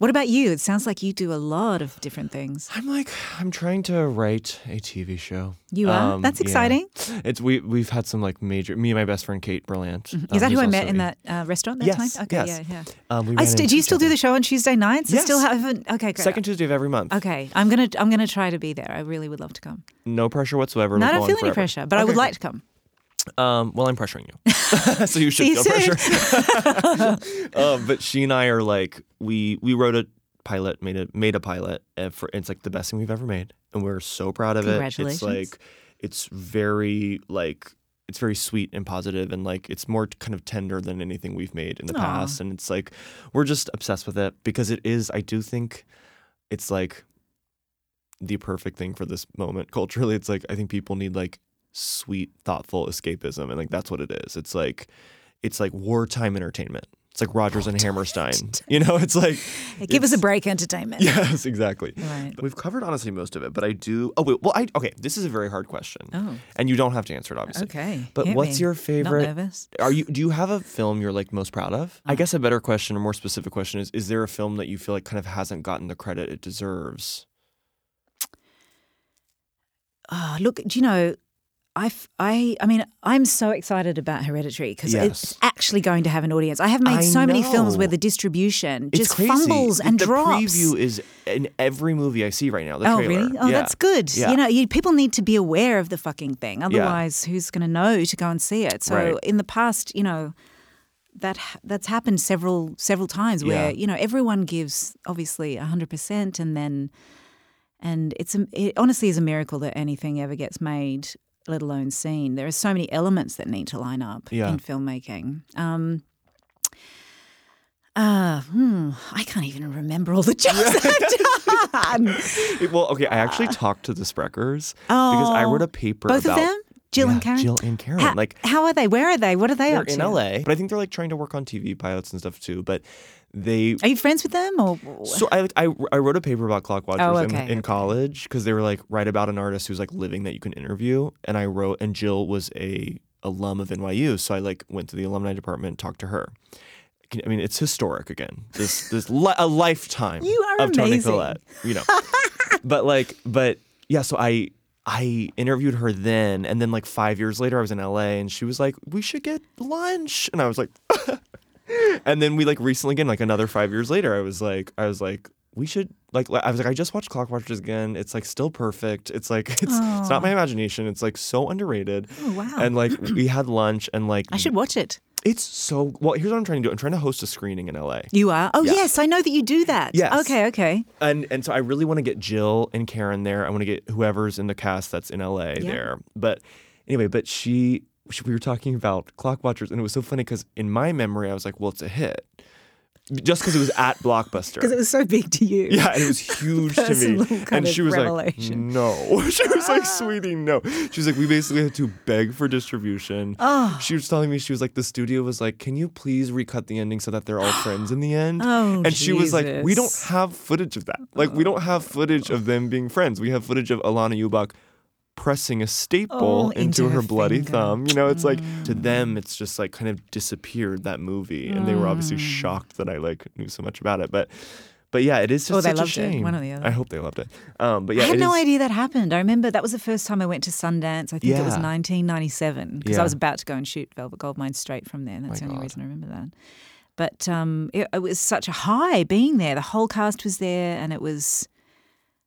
S3: What about you? It sounds like you do a lot of different things.
S2: I'm like, I'm trying to write a TV show.
S3: You are? That's
S2: Um, yeah. Uh,
S3: exciting.
S2: It's we we've had some like major. Me and my best friend Kate Berlant. um,
S3: Mm-hmm. Is that who
S2: who's
S3: I met
S2: also
S3: in
S2: a-
S3: that uh, restaurant that
S2: Yes,
S3: time? Okay,
S2: yes.
S3: yeah, yeah.
S2: Um, we ran
S3: I st- do
S2: into
S3: you
S2: each
S3: still do
S2: other.
S3: the show on Tuesday nights? I still
S2: Yes.
S3: haven't. Okay, great.
S2: second Tuesday of every month?
S3: Okay, I'm gonna I'm gonna try to be there. I really would love to come.
S2: No pressure whatsoever.
S3: No, I
S2: It'll
S3: don't
S2: go on
S3: feel
S2: forever.
S3: any pressure, but I
S2: Okay,
S3: would
S2: cool.
S3: like to come.
S2: Um, well, I'm pressuring you, so you should
S3: See you
S2: feel
S3: soon.
S2: pressure. uh, but she and I are like we we wrote a pilot, made a made a pilot, and for it's like the best thing we've ever made, and we're so proud of
S3: Congratulations.
S2: it. It's like it's very like it's very sweet and positive, and like it's more kind of tender than anything we've made in the
S3: Aw.
S2: past, and it's like we're just obsessed with it because it is. I do think it's like the perfect thing for this moment culturally. It's like I think people need like sweet, thoughtful escapism, and like that's what it is. It's like it's like wartime entertainment. It's like Rogers and Hammerstein. You know, it's like
S3: Give us a
S2: it's-
S3: break, entertainment.
S2: yes, exactly.
S3: Right.
S2: We've covered honestly most of it, but I do. Oh wait, well I okay. This is a very hard question,
S3: Oh.
S2: and you don't have to answer it obviously.
S3: Okay.
S2: But
S3: hit
S2: what's
S3: me.
S2: your favorite-
S3: Not nervous.
S2: Are you? Do you have a film you're like most proud of?
S3: Uh-huh.
S2: I guess a better question, or more specific question, is: Is there a film that you feel like kind of hasn't gotten the credit it deserves?
S3: Oh, look, do you know? I, f- I, I mean, I'm so excited about Hereditary because
S2: Yes.
S3: it's actually going to have an audience. I have made
S2: I
S3: so many films
S2: know.
S3: where the distribution
S2: It's
S3: just
S2: crazy.
S3: fumbles and
S2: the
S3: drops.
S2: preview is in every movie I see right now. The
S3: oh,
S2: trailer.
S3: really? Oh,
S2: Yeah.
S3: that's good.
S2: Yeah.
S3: You know, you, people need to be aware of the fucking thing. Otherwise, who's going to know to go and see it? So,
S2: Right.
S3: in the past, you know, that ha- that's happened several several times where
S2: Yeah.
S3: you know everyone gives obviously hundred percent, and then and it's a, it honestly is a miracle that anything ever gets made, let alone seen. There are so many elements that need to line up
S2: Yeah.
S3: in filmmaking. Um, uh, hmm, I can't even remember all the jobs I've done.
S2: It- well, okay. I actually talked to the Spreckers because I
S3: Ah. Oh,
S2: wrote a paper.
S3: Both
S2: about,
S3: of them, Jill
S2: Yeah,
S3: and Karen.
S2: Jill and Karen.
S3: How,
S2: like
S3: how are they? Where are they? What are they
S2: they're
S3: up to?
S2: in LA, but I think they're like trying to work on TV pilots and stuff too. But they.
S3: Are you friends with them or?
S2: So I, I I wrote a paper about clock watchers
S3: Oh,
S2: in,
S3: okay,
S2: in
S3: okay.
S2: college because they were like write about an artist who's like living that you can interview, and I wrote and Jill was a alum of NYU, so I like went to the alumni department, talked to her. Can- I mean, it's historic again. This this li- a lifetime
S3: You are
S2: of Toni
S3: amazing.
S2: Collette, you know. but like, but yeah. So I I interviewed her then, and then like five years later, I was in LA, and she was like, "We should get lunch," and I was like, and then we like recently again, like another five years later, I was like, I was like, we should like I was like, I just watched Clock Watchers again. It's like still perfect. It's like it's it's not my imagination. It's like so underrated.
S3: Oh, wow.
S2: And like we had lunch and like
S3: I should watch it.
S2: it's so well. Here's what I'm trying to do. I'm trying to host a screening in LA,
S3: You are. Oh
S2: Yeah.
S3: yes, I know that you do that.
S2: Yes.
S3: Okay. Okay.
S2: and and so I really want to get Jill and Karen there. I want to get whoever's in the cast that's in LA
S3: Yeah.
S2: there. But anyway, but she, she we were talking about Clock Watchers, and it was so funny because in my memory, I was like, well, it's a hit, just because it was at Blockbuster.
S3: Because it was so big to you.
S2: Yeah, and it was huge to
S3: Personal
S2: me.
S3: kind
S2: And
S3: of
S2: she was
S3: revelation. Ah.
S2: like, no. She was like, sweetie, no. She was like, we basically had to beg for distribution.
S3: Ah.
S2: She was telling me, she was like, the studio was like, can you please recut the ending so that they're all friends in the end?
S3: Oh,
S2: and she was like, we don't
S3: Jesus.
S2: have footage of that. Like, we don't have footage of them being friends. We have footage of Alana Ubach pressing a staple
S3: Oh,
S2: into,
S3: into
S2: her,
S3: her
S2: bloody
S3: finger. Mm.
S2: thumb. You know, it's like to them, it's just like kind of disappeared that movie, and they were
S3: Mm.
S2: obviously shocked that I like knew so much about it. But but yeah, it is just
S3: Or Oh, they
S2: such
S3: loved
S2: a
S3: it,
S2: shame.
S3: one or the other.
S2: I hope they loved it. Um, but yeah,
S3: I had
S2: it
S3: no
S2: is-
S3: idea that happened. I remember that was the first time I went to Sundance. I think it was
S2: Yeah.
S3: 1997 because
S2: Yeah.
S3: I was about to go and shoot Velvet Goldmine straight from there. That's the only
S2: God.
S3: reason I remember that. But um, it, it was such a high being there. The whole cast was there, and it was.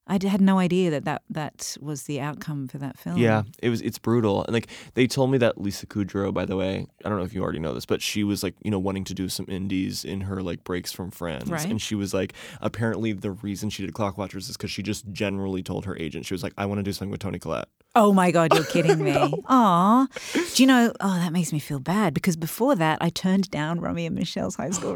S3: I had no idea that that, that was the outcome for that film.
S2: Yeah, it was. It's brutal, and like they told me that Lisa Kudrow, by the way, I don't know if you already know this, but she was like, you know, wanting to do some indies in her like breaks from Friends,
S3: Right.
S2: and she was like, apparently the reason she did Clock Watchers is because she just generally told her agent, she was like, I want to do something with Tony Collette.
S3: Oh my God, you're kidding me. Aw. Do you know, oh, that makes me feel bad because before that, I turned down Romy and Michelle's high school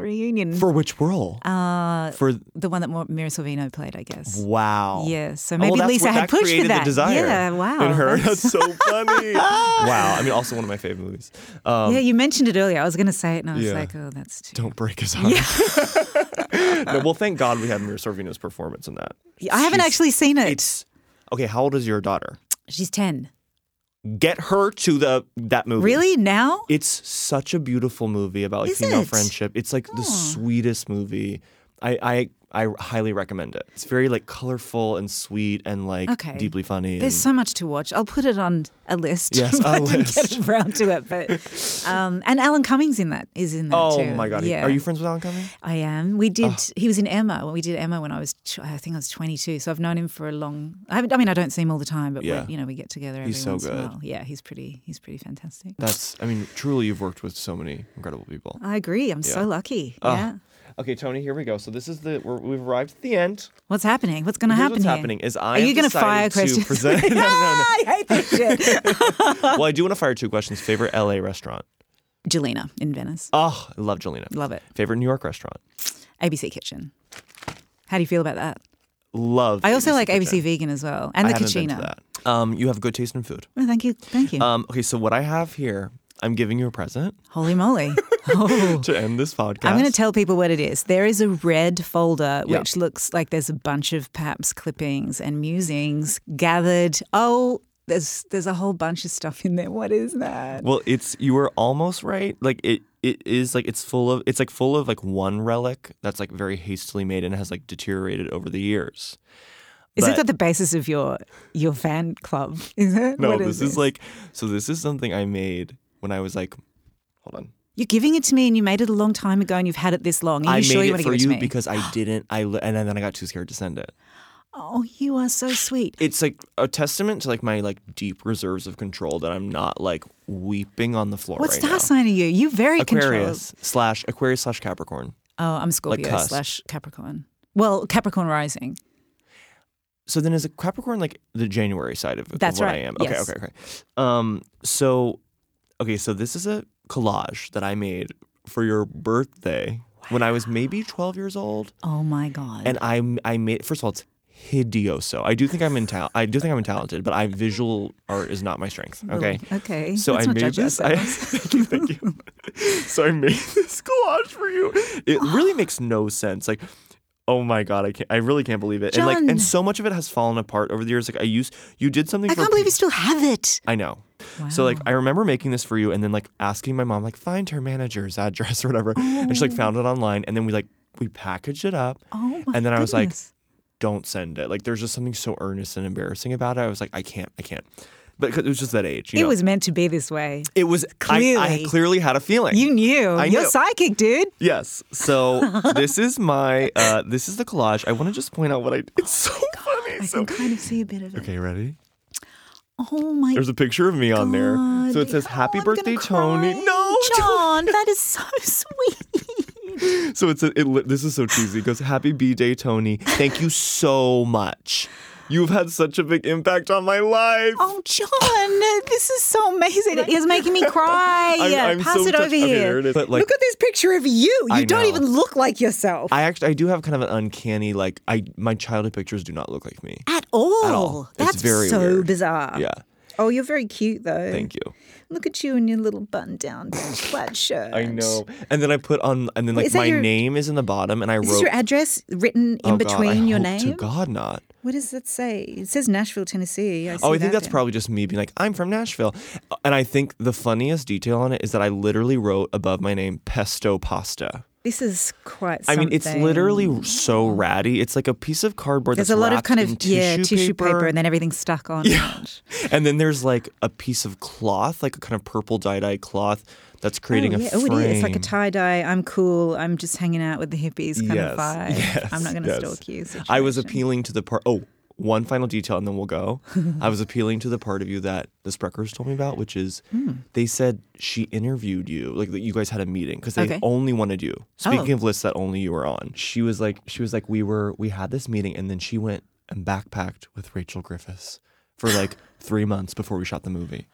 S3: reunion.
S2: For which role?
S3: uh,
S2: For
S3: the one that Mo- Mira Sorvino played, I guess.
S2: wow.
S3: Yeah, so
S2: Oh,
S3: maybe
S2: that's
S3: Lisa
S2: where-
S3: had
S2: that
S3: pushed for
S2: created
S3: that.
S2: The desire
S3: Yeah, wow,
S2: In her, Um,
S3: that's-
S2: that's, so funny. wow. I mean, also one of my favorite movies. Um,
S3: yeah, you mentioned it earlier. I was going to say it, and I was
S2: Yeah.
S3: like, oh, that's too.
S2: Don't break his heart. no, well, thank God we had Mira Sorvino's performance in that.
S3: I haven't
S2: She's-
S3: actually seen it.
S2: It's okay. How old is your daughter?
S3: She's 10.
S2: Get her to the that movie.
S3: Really? Now?
S2: It's such a beautiful movie about like
S3: Is
S2: female
S3: it?
S2: friendship. It's like the sweetest movie. I, I I highly recommend it. It's very like colorful and sweet and like
S3: Okay.
S2: deeply funny.
S3: There's
S2: and-
S3: so much to watch. I'll put it on a list.
S2: Yes,
S3: if
S2: a
S3: I can
S2: list.
S3: get around to it. But um, and Alan Cummings in that is in that
S2: oh
S3: too.
S2: my god!
S3: Yeah.
S2: Are you friends with Alan Cumming?
S3: I am. We did.
S2: Oh.
S3: He was in Emma. We did Emma when I was, tw- I think I was 22. So I've known him for a long. I, haven't, I mean, I don't see him all the time, but
S2: Yeah.
S3: we, you know, we get together every
S2: He's so
S3: once in a
S2: good.
S3: while. Yeah, he's pretty. He's pretty fantastic.
S2: That's I mean truly you've worked with so many incredible people.
S3: I agree. I'm so
S2: Yeah.
S3: lucky.
S2: Oh.
S3: Yeah.
S2: Okay, Tony, here we go. So this is the we're, we've arrived at the end.
S3: What's happening? What's going to
S2: Here's
S3: happen?
S2: what's
S3: here?
S2: happening is I
S3: Are you
S2: going
S3: gonna fire
S2: to
S3: questions?
S2: present. no, no,
S3: I hate this shit.
S2: no. Well, I do want to fire two questions. Favorite LA restaurant?
S3: Jelena in Venice.
S2: Oh, I love Jelena.
S3: Love it.
S2: Favorite New York restaurant?
S3: ABC Kitchen. How do you feel about that?
S2: Love.
S3: I also
S2: ABC
S3: like
S2: Kitchen.
S3: ABC Vegan as well, and
S2: I
S3: the
S2: haven't been to
S3: Cucina.
S2: that. Um, you have good taste in food.
S3: Oh, thank you, thank you.
S2: Um, okay, so what I have here, I'm giving you a present
S3: Holy moly! Oh.
S2: to end this podcast.
S3: I'm going to tell people what it is. There is a red folder
S2: Yeah.
S3: which looks like there's a bunch of Paps clippings and musings gathered. Oh, there's there's a whole bunch of stuff in there. What is that?
S2: Well, it's you were almost right. Like it, it is like it's full of it's like full of like one relic that's like very hastily made and has like deteriorated over the years.
S3: Is it
S2: but-
S3: got the basis of your your fan club? Is it?
S2: No,
S3: What
S2: this is like so. This is something I made when I was like, hold on.
S3: you're giving it to me, and you made it a long time ago, and you've had it this long. Are you
S2: I
S3: sure
S2: made
S3: you
S2: it
S3: want to
S2: for
S3: give it to
S2: you
S3: me?
S2: because I didn't. I li- and then I got too scared to send it.
S3: oh, you are so sweet.
S2: It's like a testament to like my like deep reserves of control that I'm not like weeping on the floor.
S3: What
S2: right
S3: star
S2: now.
S3: sign are you? You very controlled.
S2: Aquarius slash Aquarius slash Capricorn.
S3: Oh, I'm Scorpio
S2: cusp.
S3: slash Capricorn. Well, Capricorn rising.
S2: So then, is a Capricorn like the January side of, of
S3: That's
S2: what
S3: right,
S2: I am?
S3: yes.
S2: Okay, okay, okay. Um, so, okay, so this is a collage that I made for your birthday when I was maybe twelve years old,
S3: Oh my god.
S2: and I I made first of all it's hideoso. I do think I'm in ta- I do think I'm talented, but I visual art is not my strength. Okay.
S3: okay.
S2: So
S3: Let's
S2: I
S3: not
S2: made
S3: judge
S2: this. I,
S3: ourselves.
S2: thank you, thank you. so I made this collage for you. It really makes no sense. Like, oh my god, I can't. I really can't believe it. And like,
S3: John.
S2: and so much of it has fallen apart over the years. Like, I used you did something.
S3: I
S2: for
S3: can't believe
S2: pe-
S3: you still have it.
S2: I know. So like I remember making this for you and then like asking my mom like find her manager's address or whatever and she like found it online and then we like we packaged it up
S3: Oh my
S2: and then I was like
S3: goodness.
S2: don't send it like there's just something so earnest and embarrassing about it I was like I can't I can't but 'cause it was just that age you
S3: it
S2: know?
S3: was meant to be this way.
S2: It was clearly. I,
S3: Clearly.
S2: clearly had a feeling.
S3: You knew.
S2: I
S3: You're
S2: knew.
S3: psychic, dude.
S2: yes. So this is my. Uh, this is the collage. I want to just point out what I. It's so funny.
S3: I
S2: so
S3: can kind of see a bit of it.
S2: okay, ready?
S3: Oh my
S2: There's a picture of me on there. So it says
S3: God.
S2: "Happy
S3: Oh, I'm
S2: Birthday,
S3: gonna
S2: Tony."
S3: cry.
S2: No. Tony.
S3: John, that is so sweet.
S2: So it's a, it. li- This is so cheesy. It goes "Happy B Day, Tony. Thank you so much. You've had such a big impact on my life."
S3: Oh, John, this is so amazing. It is making me cry.
S2: I'm- I'm
S3: Pass
S2: so
S3: it over
S2: touched- okay, there
S3: here.
S2: it is. But, like-
S3: look at this picture of you. You
S2: I
S3: don't
S2: know.
S3: even look like yourself
S2: I actually I do have kind of an uncanny like I my childhood pictures do not look like me.
S3: at, all.
S2: all. It's
S3: Oh, That's
S2: very
S3: so
S2: weird.
S3: bizarre.
S2: Yeah.
S3: Oh, you're very cute though.
S2: Thank you.
S3: Look at you in your little button down flat shirt.
S2: I know. And then I put on, and then like
S3: is that
S2: my
S3: your-
S2: name is in the bottom, and I
S3: Is
S2: wrote
S3: this your address written in
S2: Oh, God, I
S3: between your
S2: hope To
S3: name?
S2: God, not.
S3: What does that say? It says Nashville, Tennessee. I see
S2: Oh, I think
S3: that
S2: that's
S3: down.
S2: probably just me being like, I'm from Nashville, and I think the funniest detail on it is that I literally wrote above my name pesto pasta.
S3: This is quite.
S2: I mean,
S3: Something.
S2: it's literally so ratty. It's like a piece of cardboard.
S3: There's
S2: that's
S3: a lot of
S2: wrapped
S3: kind
S2: in
S3: of yeah tissue paper.
S2: paper
S3: and then everything's stuck on. it.
S2: And then there's like a piece of cloth, like a kind of purple dye dye cloth that's creating
S3: oh,
S2: a
S3: yeah.
S2: frame.
S3: Oh, it is. It's like a tie dye. I'm cool. I'm just hanging out with the hippies kind
S2: Yes,
S3: of vibe.
S2: yes,
S3: I'm not going to
S2: yes.
S3: stalk you.
S2: I was
S3: situation.
S2: appealing to the part. Oh, one final detail, and then we'll go. I was appealing to the part of you that the Spreckers told me about, which is
S3: Hmm.
S2: they said she interviewed you, like that you guys had a meeting because they
S3: Okay.
S2: only wanted you. Speaking
S3: Oh.
S2: of lists that only you were on, she was like, she was like, we were, we had this meeting, and then she went and backpacked with Rachel Griffiths for like three months before we shot the movie,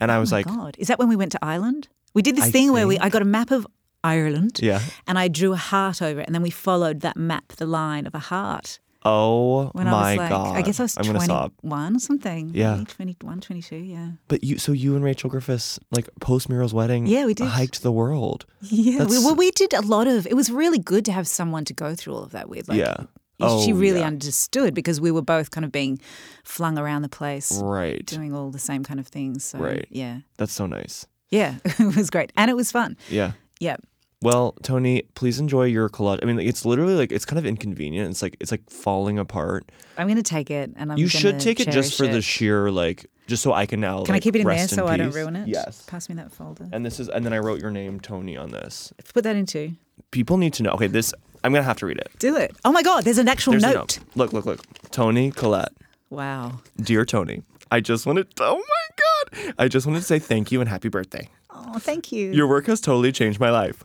S2: and I was
S3: Oh my
S2: like,
S3: God, is that when we went to Ireland? We did this
S2: I
S3: thing where we I got a map of Ireland.
S2: Yeah.
S3: And I drew a heart over it, and then we followed that map, the line of a heart.
S2: oh
S3: When I
S2: my
S3: was like,
S2: god,
S3: I guess I was
S2: am gonna sob.
S3: 21 or something.
S2: Yeah.
S3: maybe 21, 22, yeah.
S2: But you, so you and Rachel Griffiths, like post Muriel's wedding,
S3: Yeah, we did.
S2: hiked the world.
S3: Yeah, we,
S2: That's-
S3: well, we did a lot of. It was really good to have someone to go through all of that with. Like,
S2: Yeah.
S3: y-
S2: Oh,
S3: she really
S2: yeah.
S3: understood because we were both kind of being flung around the place,
S2: Right.
S3: doing all the same kind of things. So,
S2: Right.
S3: Yeah,
S2: That's so nice.
S3: yeah, it was great and it was fun.
S2: Yeah.
S3: Yeah,
S2: Well, Tony, please enjoy your collage. I mean, like, it's literally like it's kind of inconvenient. It's like it's like falling apart.
S3: I'm going to take it, and I'm.
S2: you should
S3: gonna
S2: take it just
S3: cherish
S2: for the sheer like, just so I can now.
S3: Can I
S2: like,
S3: keep it in there
S2: rest
S3: so I don't
S2: peace.
S3: ruin it?
S2: Yes.
S3: Pass me that folder.
S2: And this is, and then I wrote your name, Tony, on this.
S3: Put that into.
S2: People need to know. Okay, this I'm gonna have to read it.
S3: Do it. Oh my God! There's an actual
S2: There's a
S3: note.
S2: note. Look, look, look. Tony Collette.
S3: Wow.
S2: Dear Tony, I just wanted oh my god. I just wanted to say thank you and happy birthday.
S3: Oh, thank you.
S2: Your work has totally changed my life.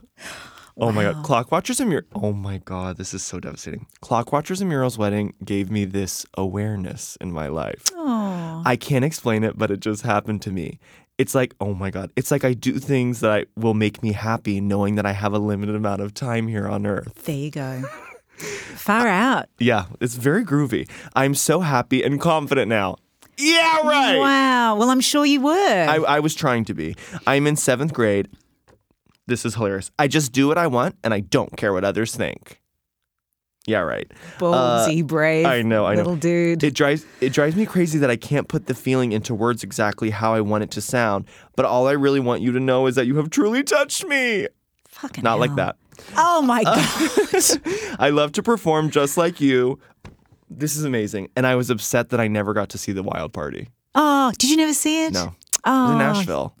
S2: Oh my god. Clock Watchers and Mur Oh my god, this is so devastating. Clock Watchers and Murals wedding gave me this awareness in my life. I can't explain it, but it just happened to me. It's like, oh my god. It's like I do things that I will make me happy knowing that I have a limited amount of time here on earth.
S3: there you go. Far out.
S2: Yeah, it's very groovy. I'm so happy and confident now. Yeah, right.
S3: Wow. Well, I'm sure you were.
S2: I, I was trying to be. I'm in seventh grade. This is hilarious. I just do what I want and I don't care what others think. Yeah, right.
S3: Ballsy, brave.
S2: uh, I know, I know.
S3: Little dude.
S2: It drives it drives me crazy that I can't put the feeling into words exactly how I want it to sound, but all I really want you to know is that you have truly touched me.
S3: Fucking
S2: Not like
S3: hell.
S2: that.
S3: Oh my
S2: Uh.
S3: God.
S2: I love to perform just like you. This is amazing. And I was upset that I never got to see the wild party.
S3: oh, did you never see it?
S2: No. It was
S3: Oh,
S2: in Nashville.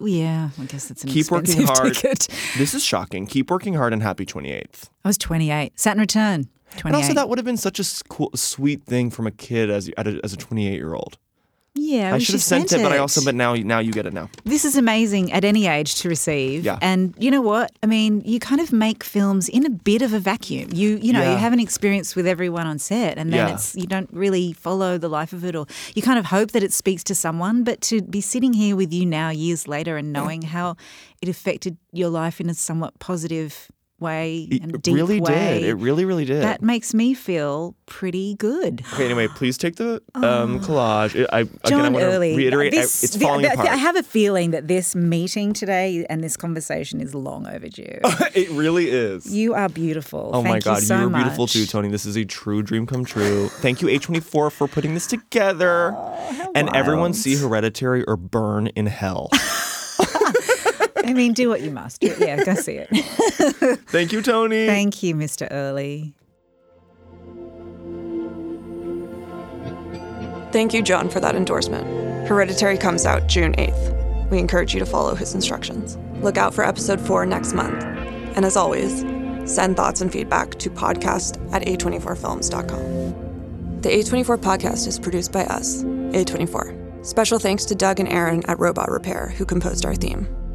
S3: Yeah, I guess it's an
S2: Keep working
S3: expensive
S2: hard.
S3: ticket.
S2: This is shocking. Keep working hard and happy 28th.
S3: I was 28. Sat and return. 28.
S2: And also, that would have been such a s- cool, sweet thing from a kid as at a, as a 28 year
S3: Oh,
S2: old.
S3: yeah,
S2: I
S3: we
S2: should have sent it, but I also, but now now you get it now.
S3: this is amazing at any age to receive.
S2: Yeah.
S3: And you know what? I mean, you kind of make films in a bit of a vacuum. You you know,
S2: Yeah.
S3: you have an experience with everyone on set and then
S2: Yeah.
S3: it's you don't really follow the life of it or you kind of hope that it speaks to someone, but to be sitting here with you now years later and knowing how it affected your life in a somewhat positive way and
S2: it
S3: deep
S2: really
S3: way.
S2: did. It really, really did.
S3: that makes me feel pretty good.
S2: okay, anyway, please take the um, collage. I, I, again, I
S3: Oh. John
S2: want
S3: Early.
S2: to reiterate, I-
S3: this-
S2: it's
S3: the-
S2: falling
S3: the-
S2: apart.
S3: I have a feeling that this meeting today and this conversation is long overdue.
S2: it really is.
S3: you are beautiful.
S2: Oh
S3: Thank
S2: my God,
S3: you, so
S2: were beautiful
S3: much.
S2: too, Tony. This is a true dream come true. Thank you, A24, for putting this together. and everyone see Hereditary or Burn in Hell.
S3: I mean, do what you must. but yeah, go see it.
S2: Thank you, Tony.
S3: Thank you, Mr. Early.
S1: Thank you, John, for that endorsement. Hereditary comes out June 8th. We encourage you to follow his instructions. Look out for episode 4 next month. And as always, send thoughts and feedback to podcast at a24films.com. The A24 podcast is produced by us, A24. Special thanks to Doug and Aaron at Robot Repair, who composed our theme.